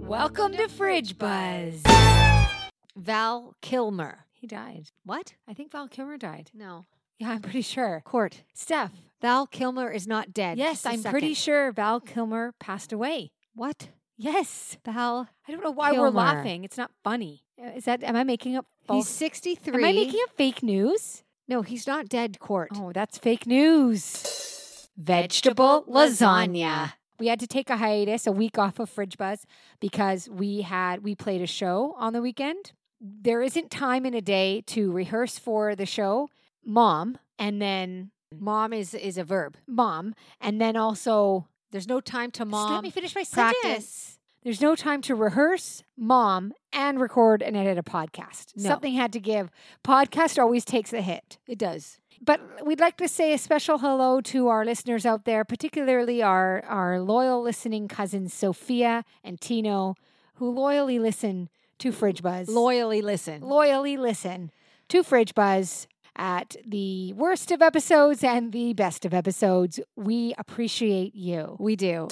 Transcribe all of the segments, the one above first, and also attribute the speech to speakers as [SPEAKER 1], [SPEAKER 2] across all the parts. [SPEAKER 1] Welcome to Fridge Buzz.
[SPEAKER 2] Val Kilmer.
[SPEAKER 1] He died.
[SPEAKER 2] What?
[SPEAKER 1] I think Val Kilmer died.
[SPEAKER 2] No.
[SPEAKER 1] Yeah, I'm pretty sure.
[SPEAKER 2] Court.
[SPEAKER 1] Steph.
[SPEAKER 2] Val Kilmer is not dead.
[SPEAKER 1] Yes,
[SPEAKER 2] i
[SPEAKER 1] I'm pretty sure Val Kilmer passed away.
[SPEAKER 2] What?
[SPEAKER 1] Yes.
[SPEAKER 2] Val.
[SPEAKER 1] I don't know why
[SPEAKER 2] Kilmer.
[SPEAKER 1] we're laughing. It's not funny. Uh, Is that am I making up
[SPEAKER 2] He's
[SPEAKER 1] false
[SPEAKER 2] 63.
[SPEAKER 1] Am I making up fake news?
[SPEAKER 2] No, he's not dead, Court.
[SPEAKER 1] Oh, that's fake news. Vegetable lasagna. We had to take a hiatus, a week off of Fridge Buzz because we had we played a show on the weekend. There isn't time in a day to rehearse for the show, mom, and then
[SPEAKER 2] Mom is is a verb.
[SPEAKER 1] mom, and then also
[SPEAKER 2] There's no time to
[SPEAKER 1] Just
[SPEAKER 2] mom.
[SPEAKER 1] let me finish my
[SPEAKER 2] practice.
[SPEAKER 1] sentence. There's no time to rehearse, mom, and record and edit a podcast.
[SPEAKER 2] No.
[SPEAKER 1] Something had to give. Podcast always takes a hit.
[SPEAKER 2] It does.
[SPEAKER 1] But we'd like to say a special hello to our listeners out there, particularly our, our loyal listening cousins, Sophia and Tino, who loyally listen to Fridge Buzz.
[SPEAKER 2] Loyally listen.
[SPEAKER 1] loyally listen to Fridge Buzz at the worst of episodes and the best of episodes. We appreciate you.
[SPEAKER 2] we do.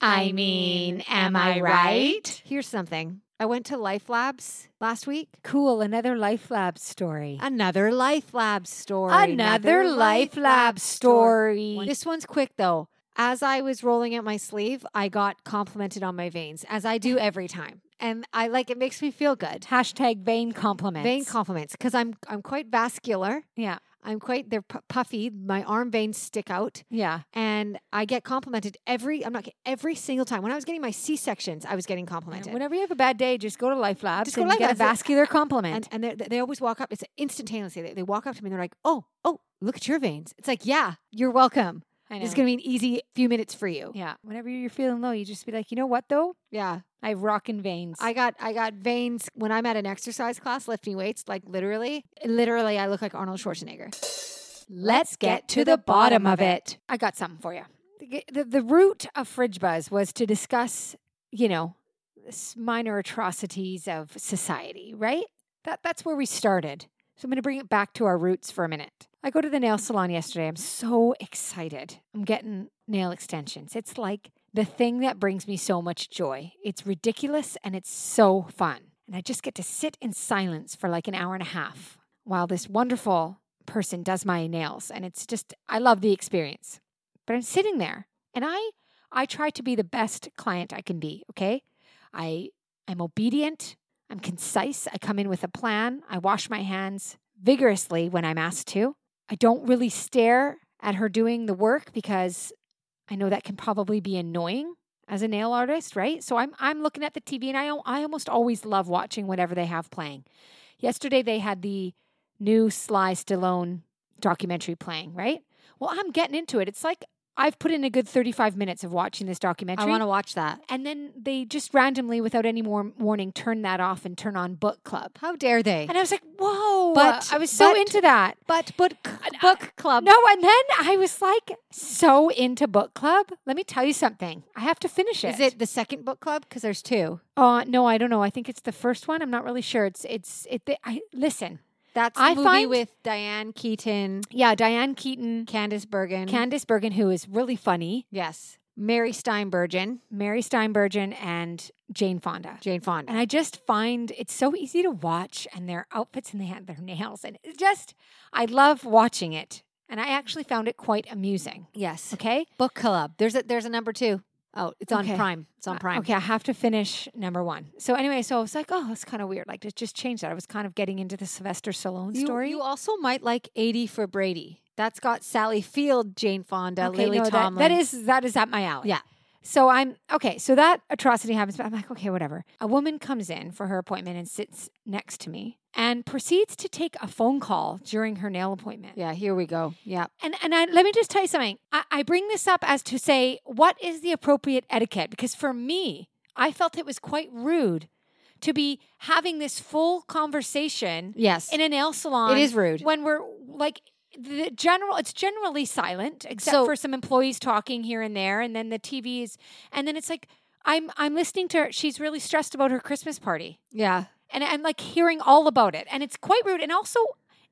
[SPEAKER 1] I mean, am I right?
[SPEAKER 2] Here's something. I went to Life Labs last week.
[SPEAKER 1] Cool, another Life Lab story.
[SPEAKER 2] Another Life Lab story.
[SPEAKER 1] Another Life Lab story.
[SPEAKER 2] This one's quick though. As I was rolling out my sleeve, I got complimented on my veins, as I do every time, and I like it makes me feel good.
[SPEAKER 1] Hashtag vein compliments.
[SPEAKER 2] Vein compliments because I'm I'm quite vascular.
[SPEAKER 1] yeah,
[SPEAKER 2] I'm quite they're pu- puffy. My arm veins stick out,
[SPEAKER 1] yeah.
[SPEAKER 2] and I get complimented every. I'm not ki- every single time. When I was getting my C sections, I was getting complimented.
[SPEAKER 1] Whenever you have a bad day, just go to Life Labs
[SPEAKER 2] Just go to
[SPEAKER 1] and
[SPEAKER 2] Life
[SPEAKER 1] get
[SPEAKER 2] Labs.
[SPEAKER 1] a vascular compliment.
[SPEAKER 2] and and they they always walk up. It's instantaneously. They, they walk up to me. and They're like, "Oh, oh, look at your veins." It's like, "Yeah, you're welcome.
[SPEAKER 1] I
[SPEAKER 2] It's gonna be an easy few minutes for you."
[SPEAKER 1] yeah. Whenever you're feeling low, you just be like, you know what though?
[SPEAKER 2] yeah.
[SPEAKER 1] I have rockin' veins.
[SPEAKER 2] I got I got veins when I'm at an exercise class lifting weights. Like literally, literally, I look like Arnold Schwarzenegger.
[SPEAKER 1] Let's get to the bottom of it. I got something for you. The, the, the root of Fridge Buzz was to discuss, you know, s- minor atrocities of society, right? That, that's where we started. So I'm going to bring it back to our roots for a minute. I go to the nail salon yesterday. I'm so excited. I'm getting nail extensions. It's like the thing that brings me so much joy. It's ridiculous and it's so fun. And I just get to sit in silence for like an hour and a half while this wonderful person does my nails and it's just I love the experience. But I'm sitting there and I I try to be the best client I can be, okay? I I'm obedient, I'm concise, I come in with a plan, I wash my hands vigorously when I'm asked to. I don't really stare at her doing the work because I know that can probably be annoying as a nail artist, right? So I'm I'm looking at the TV and I al- I almost always love watching whatever they have playing. Yesterday they had the new Sly Stallone documentary playing, right? Well, I'm getting into it. It's like I've put in a good 35 minutes of watching this documentary.
[SPEAKER 2] I want to watch that.
[SPEAKER 1] and then they just randomly, without any more warning, turn that off and turn on book club.
[SPEAKER 2] How dare they?
[SPEAKER 1] And I was like, whoa.
[SPEAKER 2] But-
[SPEAKER 1] I was so
[SPEAKER 2] but-
[SPEAKER 1] into that.
[SPEAKER 2] but book book club.
[SPEAKER 1] No, and then I was like, so into book club. Let me tell you something. I have to finish it.
[SPEAKER 2] Is it the second book club? Because there's two.
[SPEAKER 1] Uh, no, I don't know. I think it's the first one. I'm not really sure. It's, it's, it, they, I, listen.
[SPEAKER 2] That's the
[SPEAKER 1] I
[SPEAKER 2] movie
[SPEAKER 1] find-
[SPEAKER 2] with Diane Keaton,
[SPEAKER 1] Yeah, Diane Keaton,
[SPEAKER 2] Candace Bergen.
[SPEAKER 1] Candace Bergen, who is really funny,
[SPEAKER 2] yes. Mary Steinbergen,
[SPEAKER 1] Mary Steinbergen, and Jane Fonda.
[SPEAKER 2] Jane Fonda.
[SPEAKER 1] And I just find it's so easy to watch and their outfits and they had their nails. And it's just, I love watching it. And I actually found it quite amusing.
[SPEAKER 2] yes.
[SPEAKER 1] Okay.
[SPEAKER 2] Book club. There's a there's a number two. Oh, it's on
[SPEAKER 1] Okay.
[SPEAKER 2] Prime. It's on
[SPEAKER 1] Uh,
[SPEAKER 2] Prime.
[SPEAKER 1] Okay. I have to finish number one. So, anyway, so I was like, oh, it's kind of weird. Like, to just change that. I was kind of getting into the Sylvester Stallone
[SPEAKER 2] You-
[SPEAKER 1] story.
[SPEAKER 2] You, also might like 80 for Brady. That's got Sally Field, Jane Fonda,
[SPEAKER 1] Okay,
[SPEAKER 2] Lily
[SPEAKER 1] no, that-
[SPEAKER 2] Tomlin.
[SPEAKER 1] that is that is at my alley.
[SPEAKER 2] Yeah.
[SPEAKER 1] So I'm okay. So that atrocity happens, but I'm like, okay, whatever. A woman comes in for her appointment and sits next to me and proceeds to take a phone call during her nail appointment.
[SPEAKER 2] Yeah, here we go. Yeah.
[SPEAKER 1] And and I, let me just tell you something. I, I bring this up as to say what is the appropriate etiquette because for me, I felt it was quite rude to be having this full conversation
[SPEAKER 2] Yes.
[SPEAKER 1] in a nail salon.
[SPEAKER 2] It is rude.
[SPEAKER 1] when we're like the general. It's generally silent except
[SPEAKER 2] So-
[SPEAKER 1] for some employees talking here and there, and then the TV is, and then it's like I'm I'm listening to her. She's really stressed about her Christmas party,
[SPEAKER 2] yeah.
[SPEAKER 1] and I'm like hearing all about it, and it's quite rude, and also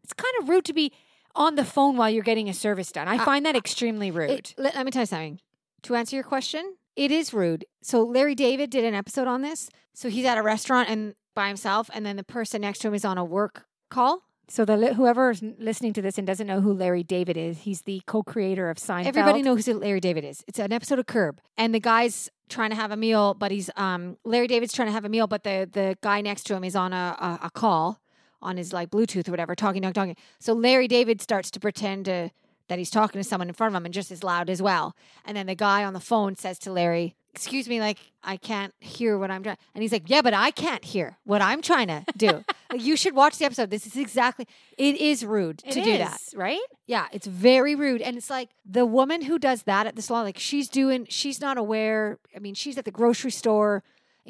[SPEAKER 1] it's kind of rude to be on the phone while you're getting a service done. I
[SPEAKER 2] I-
[SPEAKER 1] find that extremely rude.
[SPEAKER 2] It- let, let me tell you something. To answer your question, It is rude. So Larry David did an episode on this. So he's at a restaurant and by himself, and then the person next to him is on a work call.
[SPEAKER 1] So the li- whoever's n- listening to this and doesn't know who Larry David is, he's the co-creator of Seinfeld.
[SPEAKER 2] Everybody knows who Larry David is. It's an episode of Curb, and the guy's trying to have a meal, but he's um Larry David's trying to have a meal, but the the guy next to him is on a a, a call on his like Bluetooth or whatever, talking, talking, talking. So Larry David starts to pretend to that he's talking to someone in front of him and just as loud as well. And then the guy on the phone says to Larry, "Excuse me, like I can't hear what I'm trying." And he's like, "Yeah, but I can't hear what I'm trying to do." Like, you should watch the episode. This is exactly. It is rude
[SPEAKER 1] It
[SPEAKER 2] to do that.
[SPEAKER 1] is, right?
[SPEAKER 2] Yeah, it's very rude. And it's like the woman who does that at the salon, like she's doing, she's not aware. I mean, she's at the grocery store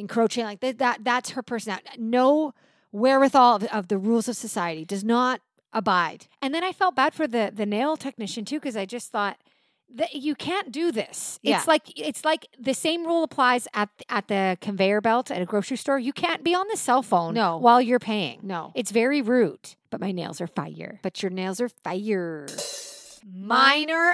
[SPEAKER 2] encroaching like that. that that's her personality. No wherewithal of, of the rules of society does not abide.
[SPEAKER 1] And then I felt bad for the the nail technician too because I just thought that you can't do this.
[SPEAKER 2] Yeah.
[SPEAKER 1] It's like it's like the same rule applies at at the conveyor belt at a grocery store. You can't be on the cell phone
[SPEAKER 2] No.
[SPEAKER 1] while you're paying.
[SPEAKER 2] No.
[SPEAKER 1] It's very rude. But my nails are fire.
[SPEAKER 2] But your nails are fire.
[SPEAKER 1] Minor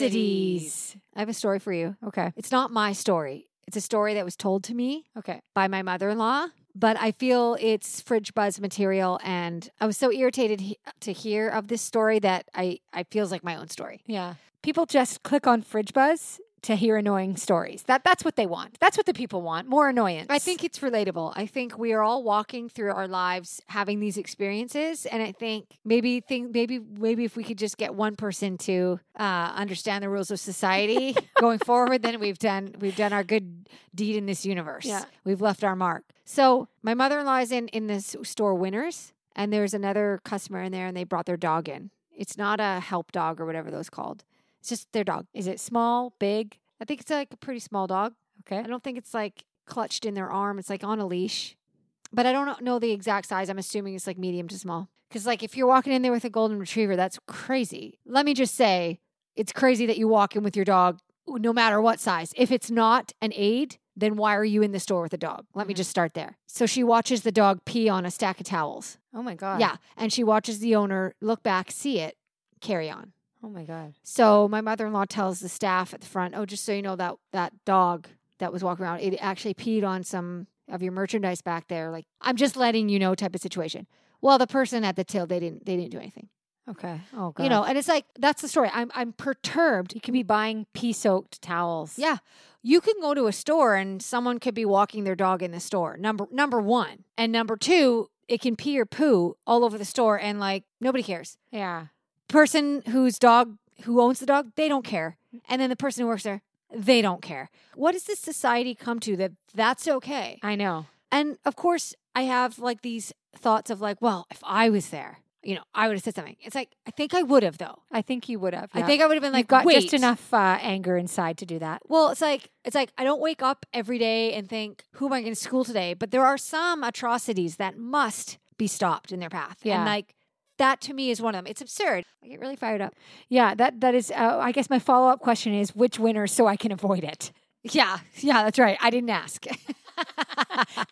[SPEAKER 2] atrocities. I have a story for you.
[SPEAKER 1] Okay.
[SPEAKER 2] It's not my story. It's a story that was told to me
[SPEAKER 1] Okay.
[SPEAKER 2] by my mother in law, but I feel it's fridge buzz material. And I was so irritated he- to hear of this story that I, I feels like my own story.
[SPEAKER 1] Yeah. People just click on Fridge Buzz to hear annoying stories. That that's what they want. That's what the people want. More annoyance.
[SPEAKER 2] I think it's relatable. I think we are all walking through our lives having these experiences, and I think maybe think maybe maybe if we could just get one person to uh, understand the rules of society going forward, then we've done we've done our good deed in this universe.
[SPEAKER 1] Yeah.
[SPEAKER 2] we've left our mark. So my mother in law is in in this store Winners, and there's another customer in there, and they brought their dog in. It's not a help dog or whatever those called. It's just their dog.
[SPEAKER 1] is it small, big?
[SPEAKER 2] I think it's like a pretty small dog.
[SPEAKER 1] Okay.
[SPEAKER 2] I don't think it's like clutched in their arm. It's like on a leash. But I don't know the exact size. I'm assuming it's like medium to small. Because, like, if you're walking in there with a golden retriever, that's crazy. Let me just say, it's crazy that you walk in with your dog no matter what size. If it's not an aid, then why are you in the store with a dog? Let me
[SPEAKER 1] Mhm.
[SPEAKER 2] just start there. So she watches the dog pee on a stack of towels.
[SPEAKER 1] Oh my god.
[SPEAKER 2] Yeah. And she watches the owner look back, see it, carry on.
[SPEAKER 1] Oh my god.
[SPEAKER 2] So my mother in law tells the staff at the front, "Oh, just so you know that that dog that was walking around, it actually peed on some of your merchandise back there. Like I'm just letting you know, type of situation." Well, the person at the till they didn't they didn't do anything,
[SPEAKER 1] Okay. Oh god.
[SPEAKER 2] you know. And it's like that's the story. I'm I'm perturbed.
[SPEAKER 1] you could be buying pea-soaked towels.
[SPEAKER 2] Yeah, you can go to a store and someone could be walking their dog in the store. Number number one and number two, it can pee or poo all over the store, and like nobody cares.
[SPEAKER 1] Yeah.
[SPEAKER 2] person whose dog who owns the dog they don't care and then the person who works there they don't care what does this society come to that that's okay
[SPEAKER 1] I know.
[SPEAKER 2] and of course i have like these thoughts of like well if i was there you know i would have said something it's like i think i would have though
[SPEAKER 1] I think you would have.
[SPEAKER 2] i think i would have been like
[SPEAKER 1] I've got
[SPEAKER 2] Wait.
[SPEAKER 1] just enough uh, anger inside to do that.
[SPEAKER 2] well it's like it's like i don't wake up every day and think who am i going to school today but there are some atrocities that must be stopped in their path
[SPEAKER 1] Yeah.
[SPEAKER 2] and like that to me is one of them it's absurd i get really fired up
[SPEAKER 1] Yeah, that that is. Uh, I guess my follow up question is which winner so I can avoid it.
[SPEAKER 2] yeah yeah that's right i didn't ask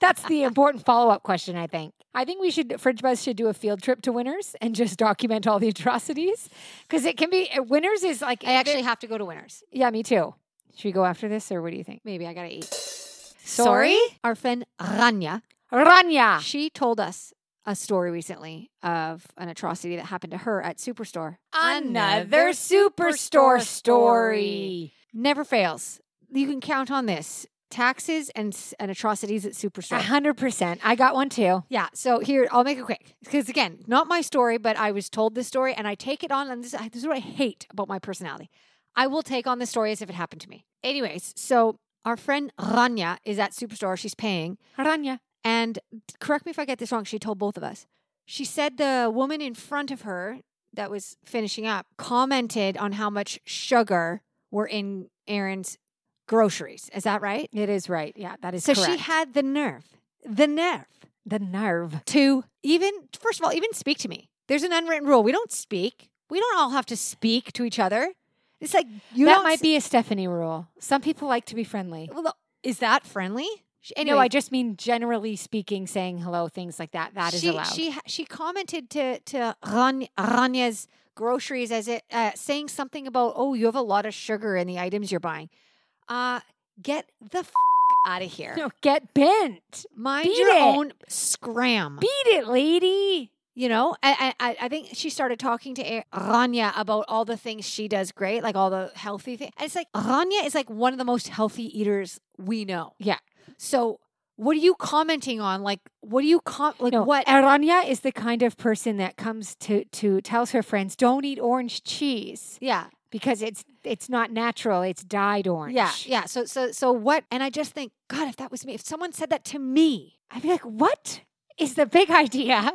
[SPEAKER 1] That's the important follow up question. I think. I think we should Fridge Buzz should do a field trip to Winners and just document all the atrocities because it can be uh, Winners is like.
[SPEAKER 2] I actually have to go to Winners.
[SPEAKER 1] yeah, me too. Should we go after this or what do you think?
[SPEAKER 2] Maybe I gotta eat.
[SPEAKER 1] Sorry? Ah.
[SPEAKER 2] Our friend Rania,
[SPEAKER 1] Rania.
[SPEAKER 2] she told us a story recently of an atrocity that happened to her at Superstore. Never fails. You can count on this. Taxes and, s- and atrocities at
[SPEAKER 1] A
[SPEAKER 2] Superstore.
[SPEAKER 1] hundred percent. I got one too.
[SPEAKER 2] Yeah, so here I'll make it quick because again, not my story, but I was told this story, and I take it on. And this, this is what I hate about my personality. I will take on the story as if it happened to me. Anyways, so our friend Rania is at Superstore. She's paying,
[SPEAKER 1] Rania.
[SPEAKER 2] and correct me if I get this wrong. She told both of us. She said the woman in front of her that was finishing up commented on how much sugar were in Aaron's groceries. Is that right?
[SPEAKER 1] It is right. Yeah, that is
[SPEAKER 2] so
[SPEAKER 1] correct.
[SPEAKER 2] she had the nerve, the nerve
[SPEAKER 1] the nerve.
[SPEAKER 2] to even first of all even speak to me there's an unwritten rule we don't speak we don't all have to speak to each other it's like you
[SPEAKER 1] that
[SPEAKER 2] don't
[SPEAKER 1] might
[SPEAKER 2] s-
[SPEAKER 1] be a Stephanie rule. Some people like to be friendly.
[SPEAKER 2] well, no, is that friendly She-
[SPEAKER 1] No, I
[SPEAKER 2] anyway,
[SPEAKER 1] just mean generally speaking, saying hello, things like that. That is
[SPEAKER 2] she,
[SPEAKER 1] allowed.
[SPEAKER 2] she ha- she commented to to Ran- Ranya's groceries as it uh, saying something about oh you have a lot of sugar in the items you're buying uh Get the f- out of here.
[SPEAKER 1] No, get bent.
[SPEAKER 2] Mind
[SPEAKER 1] beat
[SPEAKER 2] your
[SPEAKER 1] it.
[SPEAKER 2] own scram.
[SPEAKER 1] Beat it, lady.
[SPEAKER 2] you know, I, I I- I think she started talking to A- Rania about all the things she does great, like all the healthy things. It's like Rania is like one of the most healthy eaters we know.
[SPEAKER 1] Yeah.
[SPEAKER 2] So what are you commenting on? Like, what do you com- like?
[SPEAKER 1] no,
[SPEAKER 2] What?
[SPEAKER 1] Aranya is the kind of person that comes to to tells her friends, "Don't eat orange cheese
[SPEAKER 2] Yeah,
[SPEAKER 1] because it's it's not natural. It's dyed orange."
[SPEAKER 2] yeah, yeah. So so so what? And I just think, God, if that was me, if someone said that to me,
[SPEAKER 1] I'd be like, "What is the big idea?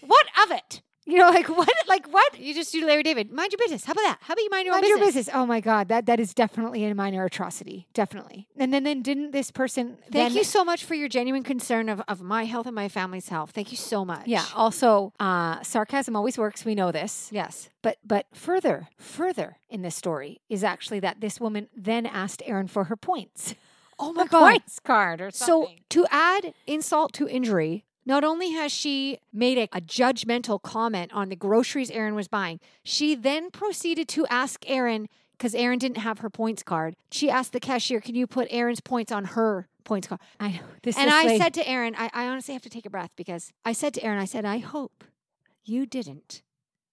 [SPEAKER 1] what of it? You know, like what? Like what?
[SPEAKER 2] you just do Larry David, mind your business. How about that? How about you mind your
[SPEAKER 1] Mind
[SPEAKER 2] own
[SPEAKER 1] your business. Oh my God, that that is definitely a minor atrocity. Definitely. And then then didn't this person?
[SPEAKER 2] Thank
[SPEAKER 1] then,
[SPEAKER 2] you so much for your genuine concern of, of my health and my family's health. Thank you so much.
[SPEAKER 1] Yeah. Also, uh, sarcasm always works. We know this.
[SPEAKER 2] Yes.
[SPEAKER 1] But but further further in this story is actually that this woman then asked Aaron for her points.
[SPEAKER 2] Oh
[SPEAKER 1] A points card or
[SPEAKER 2] So to add insult to injury, not only has she made a, a judgmental comment on the groceries Erin was buying, she then proceeded to ask Erin because Erin didn't have her points card. She asked the cashier, "Can you put Erin's points on her points card?"
[SPEAKER 1] I know this.
[SPEAKER 2] and
[SPEAKER 1] this
[SPEAKER 2] I
[SPEAKER 1] lady-
[SPEAKER 2] said to Erin, I, "I honestly have to take a breath because I said to Erin, I said, I hope you didn't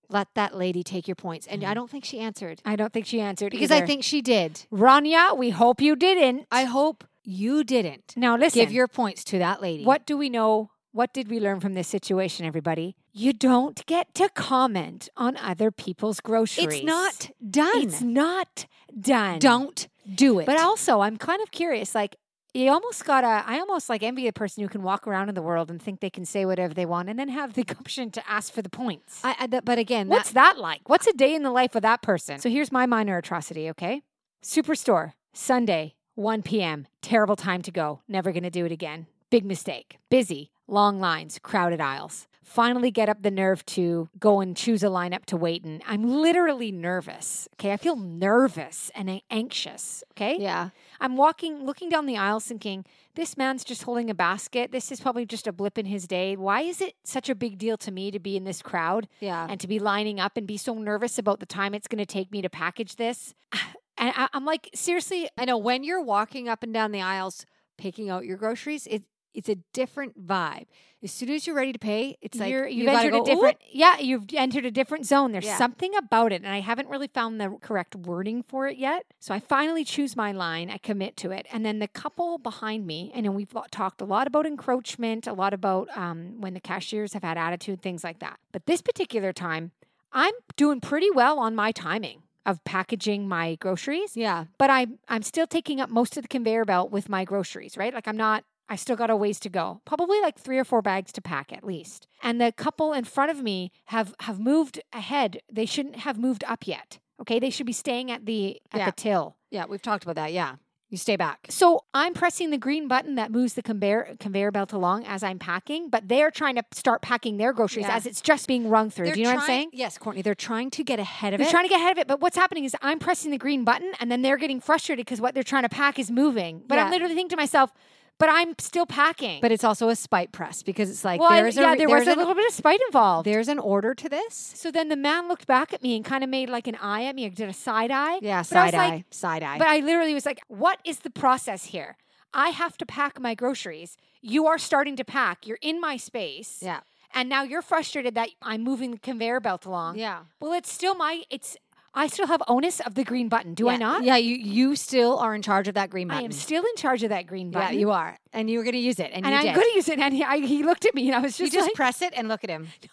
[SPEAKER 2] let that lady take your points." And I don't think she answered
[SPEAKER 1] I don't think she answered
[SPEAKER 2] because I
[SPEAKER 1] Mm-hmm. either.
[SPEAKER 2] think she did.
[SPEAKER 1] Rania, we hope you didn't.
[SPEAKER 2] I hope you didn't
[SPEAKER 1] now listen.
[SPEAKER 2] give your points to that lady.
[SPEAKER 1] What do we know? What did we learn from this situation, everybody? You don't get to comment on other people's groceries.
[SPEAKER 2] It's not done.
[SPEAKER 1] It's not done.
[SPEAKER 2] Don't do it.
[SPEAKER 1] But also, I'm kind of curious. Like, you almost gotta. I almost like envy the person who can walk around in the world and think they can say whatever they want, and then have the gumption to ask for the points.
[SPEAKER 2] I, I, that- but again,
[SPEAKER 1] Uh, What's that like? What's a day in the life of that person? So here's my minor atrocity, okay? Superstore, Sunday, 1 p.m. Terrible time to go. Never going to do it again. Big mistake. Busy, long lines, crowded aisles. Finally get up the nerve to go and choose a lineup to wait in. I'm literally nervous, okay? I feel nervous and a- anxious, okay?
[SPEAKER 2] that, yeah,
[SPEAKER 1] I'm walking, looking down the aisle, thinking, this man's just holding a basket. This is probably just a blip in his day. Why is it such a big deal to me to be in this crowd?
[SPEAKER 2] yeah.
[SPEAKER 1] and to be lining up and be so nervous about the time it's going to take me to package this. And I, I'm like, seriously,
[SPEAKER 2] I know when you're walking up and down the aisles picking out your groceries, it it's a different vibe. As soon as you're ready to pay, it's like
[SPEAKER 1] you're,
[SPEAKER 2] you
[SPEAKER 1] you've
[SPEAKER 2] gotta
[SPEAKER 1] entered
[SPEAKER 2] go,
[SPEAKER 1] a different, yeah, you've entered a different zone. There's
[SPEAKER 2] Yeah.
[SPEAKER 1] something about it, and I haven't really found the correct wording for it yet. So I finally choose my line, I commit to it, and then the couple behind me, and then we've lo- talked a lot about encroachment, a lot about um, when the cashiers have had attitude, things like that. But this particular time, I'm doing pretty well on my timing of packaging my groceries.
[SPEAKER 2] "Ooh." Yeah,
[SPEAKER 1] but I'm I'm still taking up most of the conveyor belt with my groceries, right? Like I'm not I still got a ways to go. Probably like 3 or 4 bags to pack at least. And the couple in front of me have have moved ahead. They shouldn't have moved up yet. Okay? They should be staying at the at
[SPEAKER 2] Yeah.
[SPEAKER 1] the till.
[SPEAKER 2] yeah. We've talked about that. Yeah, you stay back.
[SPEAKER 1] So I'm pressing the green button that moves the conveyor conveyor belt along as I'm packing, but they're trying to start packing their groceries
[SPEAKER 2] Yeah.
[SPEAKER 1] as it's just being rung through. Do you know what I'm
[SPEAKER 2] trying-
[SPEAKER 1] saying?
[SPEAKER 2] Yes, Courtney. They're trying to get ahead of
[SPEAKER 1] They're
[SPEAKER 2] it.
[SPEAKER 1] trying to get ahead of it, but what's happening is I'm pressing the green button, and then they're getting frustrated because what they're trying to pack is moving. But
[SPEAKER 2] Yeah.
[SPEAKER 1] I'm literally thinking to myself, "But I'm still packing."
[SPEAKER 2] but it's also a spite press because it's like
[SPEAKER 1] well, I-
[SPEAKER 2] there's
[SPEAKER 1] yeah,
[SPEAKER 2] a,
[SPEAKER 1] there
[SPEAKER 2] there's
[SPEAKER 1] was a
[SPEAKER 2] an-
[SPEAKER 1] little bit of spite involved.
[SPEAKER 2] there's an order to this.
[SPEAKER 1] so then the man looked back at me and kind of made like an eye at me, like did a side eye.
[SPEAKER 2] Yeah,
[SPEAKER 1] But I was
[SPEAKER 2] side
[SPEAKER 1] like,
[SPEAKER 2] eye, side eye.
[SPEAKER 1] But I literally was like, "What is the process here? I have to pack my groceries. You are starting to pack. You're in my space.
[SPEAKER 2] yeah,
[SPEAKER 1] And now you're frustrated that I'm moving the conveyor belt along.
[SPEAKER 2] yeah.
[SPEAKER 1] Well, it's still my it's." I still have onus of the green button, do I
[SPEAKER 2] Yeah,
[SPEAKER 1] not?
[SPEAKER 2] Yeah, you you still are in charge of that green button.
[SPEAKER 1] I am still in charge of that green
[SPEAKER 2] Yeah,
[SPEAKER 1] button.
[SPEAKER 2] you are, and you were going to use it, and,
[SPEAKER 1] and
[SPEAKER 2] you
[SPEAKER 1] I'm
[SPEAKER 2] did.
[SPEAKER 1] going to use it. And he, I, he looked at me, and I was
[SPEAKER 2] you
[SPEAKER 1] just,
[SPEAKER 2] just
[SPEAKER 1] like,
[SPEAKER 2] press it and look at him.
[SPEAKER 1] it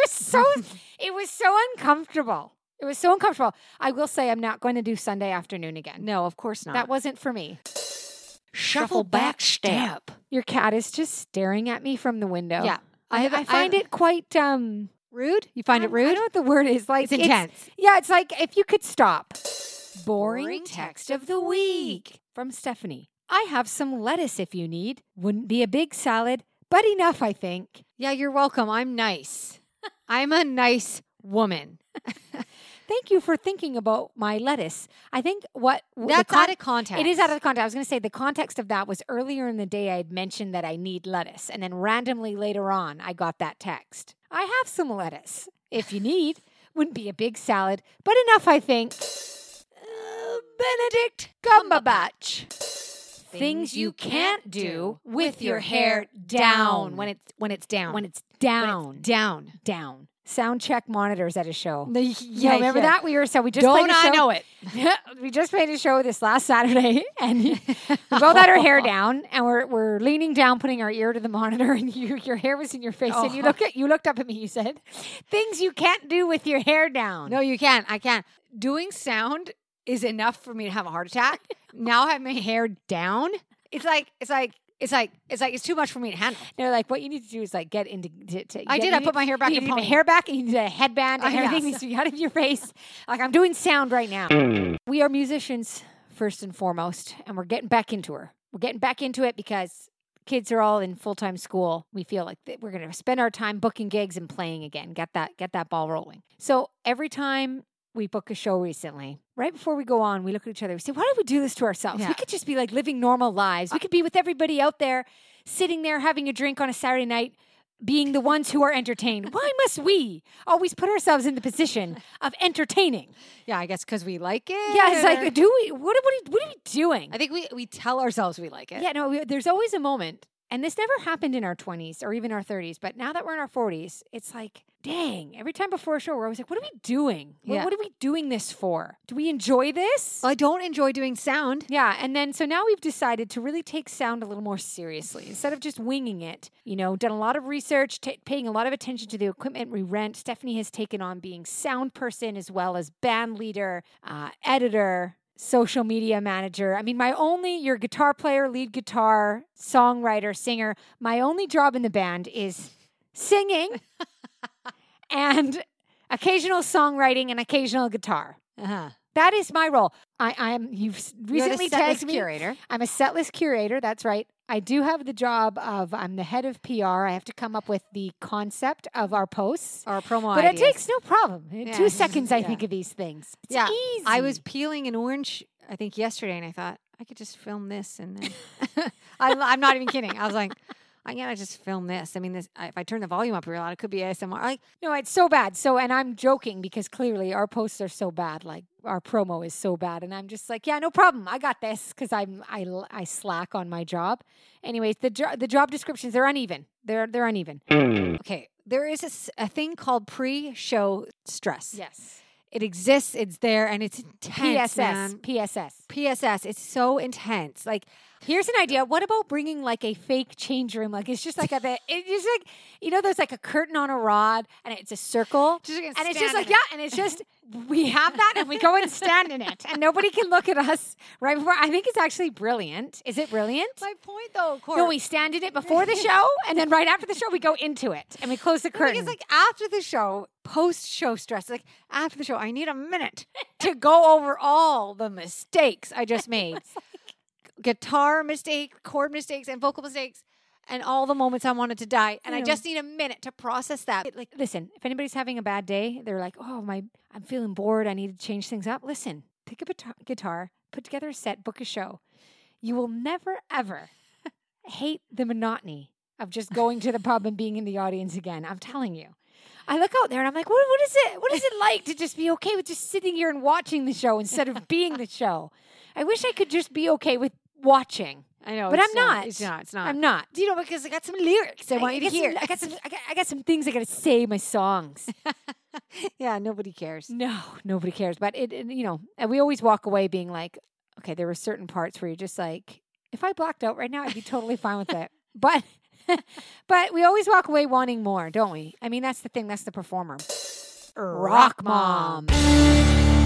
[SPEAKER 1] was so, it was so uncomfortable. It was so uncomfortable. I will say, I'm not going to do Sunday afternoon again.
[SPEAKER 2] No, of course not.
[SPEAKER 1] That wasn't for me.
[SPEAKER 2] shuffle back step.
[SPEAKER 1] Your cat is just staring at me from the window.
[SPEAKER 2] Yeah,
[SPEAKER 1] I, I find it quite. um
[SPEAKER 2] rude. You find it
[SPEAKER 1] I don't
[SPEAKER 2] rude?
[SPEAKER 1] know what the word is. Like
[SPEAKER 2] It's intense.
[SPEAKER 1] yeah, it's like if you could stop.
[SPEAKER 2] Boring text of the week.
[SPEAKER 1] from Stephanie. I have some lettuce if you need. Wouldn't be a big salad, but enough, I think.
[SPEAKER 2] Yeah, you're welcome. I'm nice. I'm a nice woman.
[SPEAKER 1] Thank you for thinking about my lettuce. I think what w- the
[SPEAKER 2] That's
[SPEAKER 1] con-
[SPEAKER 2] out of context.
[SPEAKER 1] It is out of the context. I was going to say the context of that was earlier in the day I had mentioned that I need lettuce, and then randomly later on I got that text. I have some lettuce if you need. Wouldn't be a big salad, but enough, I think. Uh, Benedict Cumberbatch. things you can't do with your hair down
[SPEAKER 2] when it's when it's down
[SPEAKER 1] when it's
[SPEAKER 2] When it's
[SPEAKER 1] down
[SPEAKER 2] down.
[SPEAKER 1] down sound check monitors at a show
[SPEAKER 2] No, you-
[SPEAKER 1] yeah, remember that we were so we just
[SPEAKER 2] Don't
[SPEAKER 1] played a
[SPEAKER 2] I
[SPEAKER 1] show.
[SPEAKER 2] know it?
[SPEAKER 1] we just played a show this last Saturday, and we both had our hair down, and we're we're leaning down, putting our ear to the monitor, and you your hair was in your face, and you
[SPEAKER 2] Oh.
[SPEAKER 1] look at you looked up at me, you said, "Things you can't do with your hair down."
[SPEAKER 2] No, you can't. I can't. Doing sound is enough for me to have a heart attack. now I have my hair down. It's like it's like it's like it's like it's too much for me to handle.
[SPEAKER 1] they're like, "What you need to do is like get into." To, to-
[SPEAKER 2] I
[SPEAKER 1] get-
[SPEAKER 2] did.
[SPEAKER 1] you
[SPEAKER 2] I put
[SPEAKER 1] need-
[SPEAKER 2] my hair back
[SPEAKER 1] You
[SPEAKER 2] in
[SPEAKER 1] need to
[SPEAKER 2] a
[SPEAKER 1] put hair back. You need a headband, and
[SPEAKER 2] Uh,
[SPEAKER 1] everything
[SPEAKER 2] yes.
[SPEAKER 1] needs to be out of your face. Like I'm doing sound right now. we are musicians first and foremost, and we're getting back into her. We're getting back into it because kids are all in full time school. We feel like that we're going to spend our time booking gigs and playing again. Get that, get that ball rolling. So every time we book a show recently, right before we go on, we look at each other. We say, "Why did we do this to ourselves?
[SPEAKER 2] Yeah.
[SPEAKER 1] We could just be like living normal lives. We could be with everybody out there, sitting there having a drink on a Saturday night." Being the ones who are entertained. Why must we always put ourselves in the position of entertaining?
[SPEAKER 2] Yeah, I guess because we like it.
[SPEAKER 1] Yeah, it's
[SPEAKER 2] or-
[SPEAKER 1] like, do we? What are, what are, what are we doing?
[SPEAKER 2] I think we we tell ourselves we like it.
[SPEAKER 1] Yeah, no. We, there's always a moment, and this never happened in our 20s or even our 30s. But now that we're in our 40s, it's like, dang! Every time before a show, we're always like, what are we doing? What,
[SPEAKER 2] Yeah.
[SPEAKER 1] what are we doing this for? Do we enjoy this?
[SPEAKER 2] Well, I don't enjoy doing sound.
[SPEAKER 1] yeah, and then so now we've decided to really take sound a little more seriously instead of just winging it. You know, done a lot of research, ta paying a lot of attention to the equipment we rent. Stephanie has taken on being sound person as well as band leader, uh, editor, social media manager. I mean, my only your guitar player, lead guitar, songwriter, singer. My only job in the band is singing and occasional songwriting and occasional guitar.
[SPEAKER 2] Uh-huh.
[SPEAKER 1] That is my role. I, I'm you've s- recently tagged me.
[SPEAKER 2] curator.
[SPEAKER 1] I'm a setlist curator. That's right. I do have the job of I'm the head of PR. I have to come up with the concept of our posts,
[SPEAKER 2] Or promo
[SPEAKER 1] but it
[SPEAKER 2] Oh, ideas.
[SPEAKER 1] takes no problem. In
[SPEAKER 2] Yeah.
[SPEAKER 1] Two seconds, I
[SPEAKER 2] Yeah.
[SPEAKER 1] think of these things. It's
[SPEAKER 2] Yeah.
[SPEAKER 1] easy.
[SPEAKER 2] I was peeling an orange, I think yesterday, and I thought I could just film this, and then I, I'm not even kidding. I was like, I'm gonna just film this. I mean, this if I turn the volume up real loud, it could be ASMR. Like,
[SPEAKER 1] no, it's so bad. So, and I'm joking because clearly our posts are so bad. Like our promo is so bad, and I'm just like, yeah, no problem. I got this because I'm I l- I slack on my job. Anyways, the jo- the job descriptions they're uneven. They're they're uneven.
[SPEAKER 2] okay, there is a s- a, thing called pre-show stress.
[SPEAKER 1] Yes.
[SPEAKER 2] It exists. It's there, and it's intense.
[SPEAKER 1] PSS.
[SPEAKER 2] man.
[SPEAKER 1] PSS.
[SPEAKER 2] PSS. It's so intense. Like,
[SPEAKER 1] Here's an idea. What about bringing like a fake change room? Like it's just like a bit. It's just like you know, there's like a curtain on a rod, and it's a circle,
[SPEAKER 2] Just gonna
[SPEAKER 1] and it's just
[SPEAKER 2] stand
[SPEAKER 1] like
[SPEAKER 2] in it.
[SPEAKER 1] yeah, and it's just we have that, and we go and stand in it, and nobody can look at us right before. I think it's actually brilliant. Is it brilliant?
[SPEAKER 2] my point though, Cor.
[SPEAKER 1] No, we stand in it before the show, and then right after the show, we go into it and we close the
[SPEAKER 2] I think
[SPEAKER 1] curtain.
[SPEAKER 2] it's like after the show, post show stress. Like after the show, I need a minute to go over all the mistakes I just made guitar mistake, chord mistakes, and vocal mistakes, and all the moments I wanted to die. And I
[SPEAKER 1] Yeah.
[SPEAKER 2] just need a minute to process that.
[SPEAKER 1] like listen if anybody's having a bad day they're like oh my i'm feeling bored i need to change things up listen pick up a t- guitar put together a set book a show you will never ever hate the monotony of just going to the pub and being in the audience again i'm telling you i look out there and i'm like what, what is it what is it like to just be okay with just sitting here and watching the show instead of being the show i wish i could just be okay with watching
[SPEAKER 2] I know,
[SPEAKER 1] But
[SPEAKER 2] it's
[SPEAKER 1] I'm not.
[SPEAKER 2] It's not. It's not.
[SPEAKER 1] i'm not
[SPEAKER 2] Do you know because I got some lyrics I, want you to
[SPEAKER 1] got some-
[SPEAKER 2] hear?
[SPEAKER 1] I got some. I got, I got some things I gotta say. My songs.
[SPEAKER 2] yeah, nobody cares.
[SPEAKER 1] No, nobody cares. But it, it- you know, and we always walk away being like, okay, there were certain parts where you're just like, if I blacked out right now, I'd be totally fine with it. But, but we always walk away wanting more, don't we? I mean, that's the thing. That's the performer. Rock mom.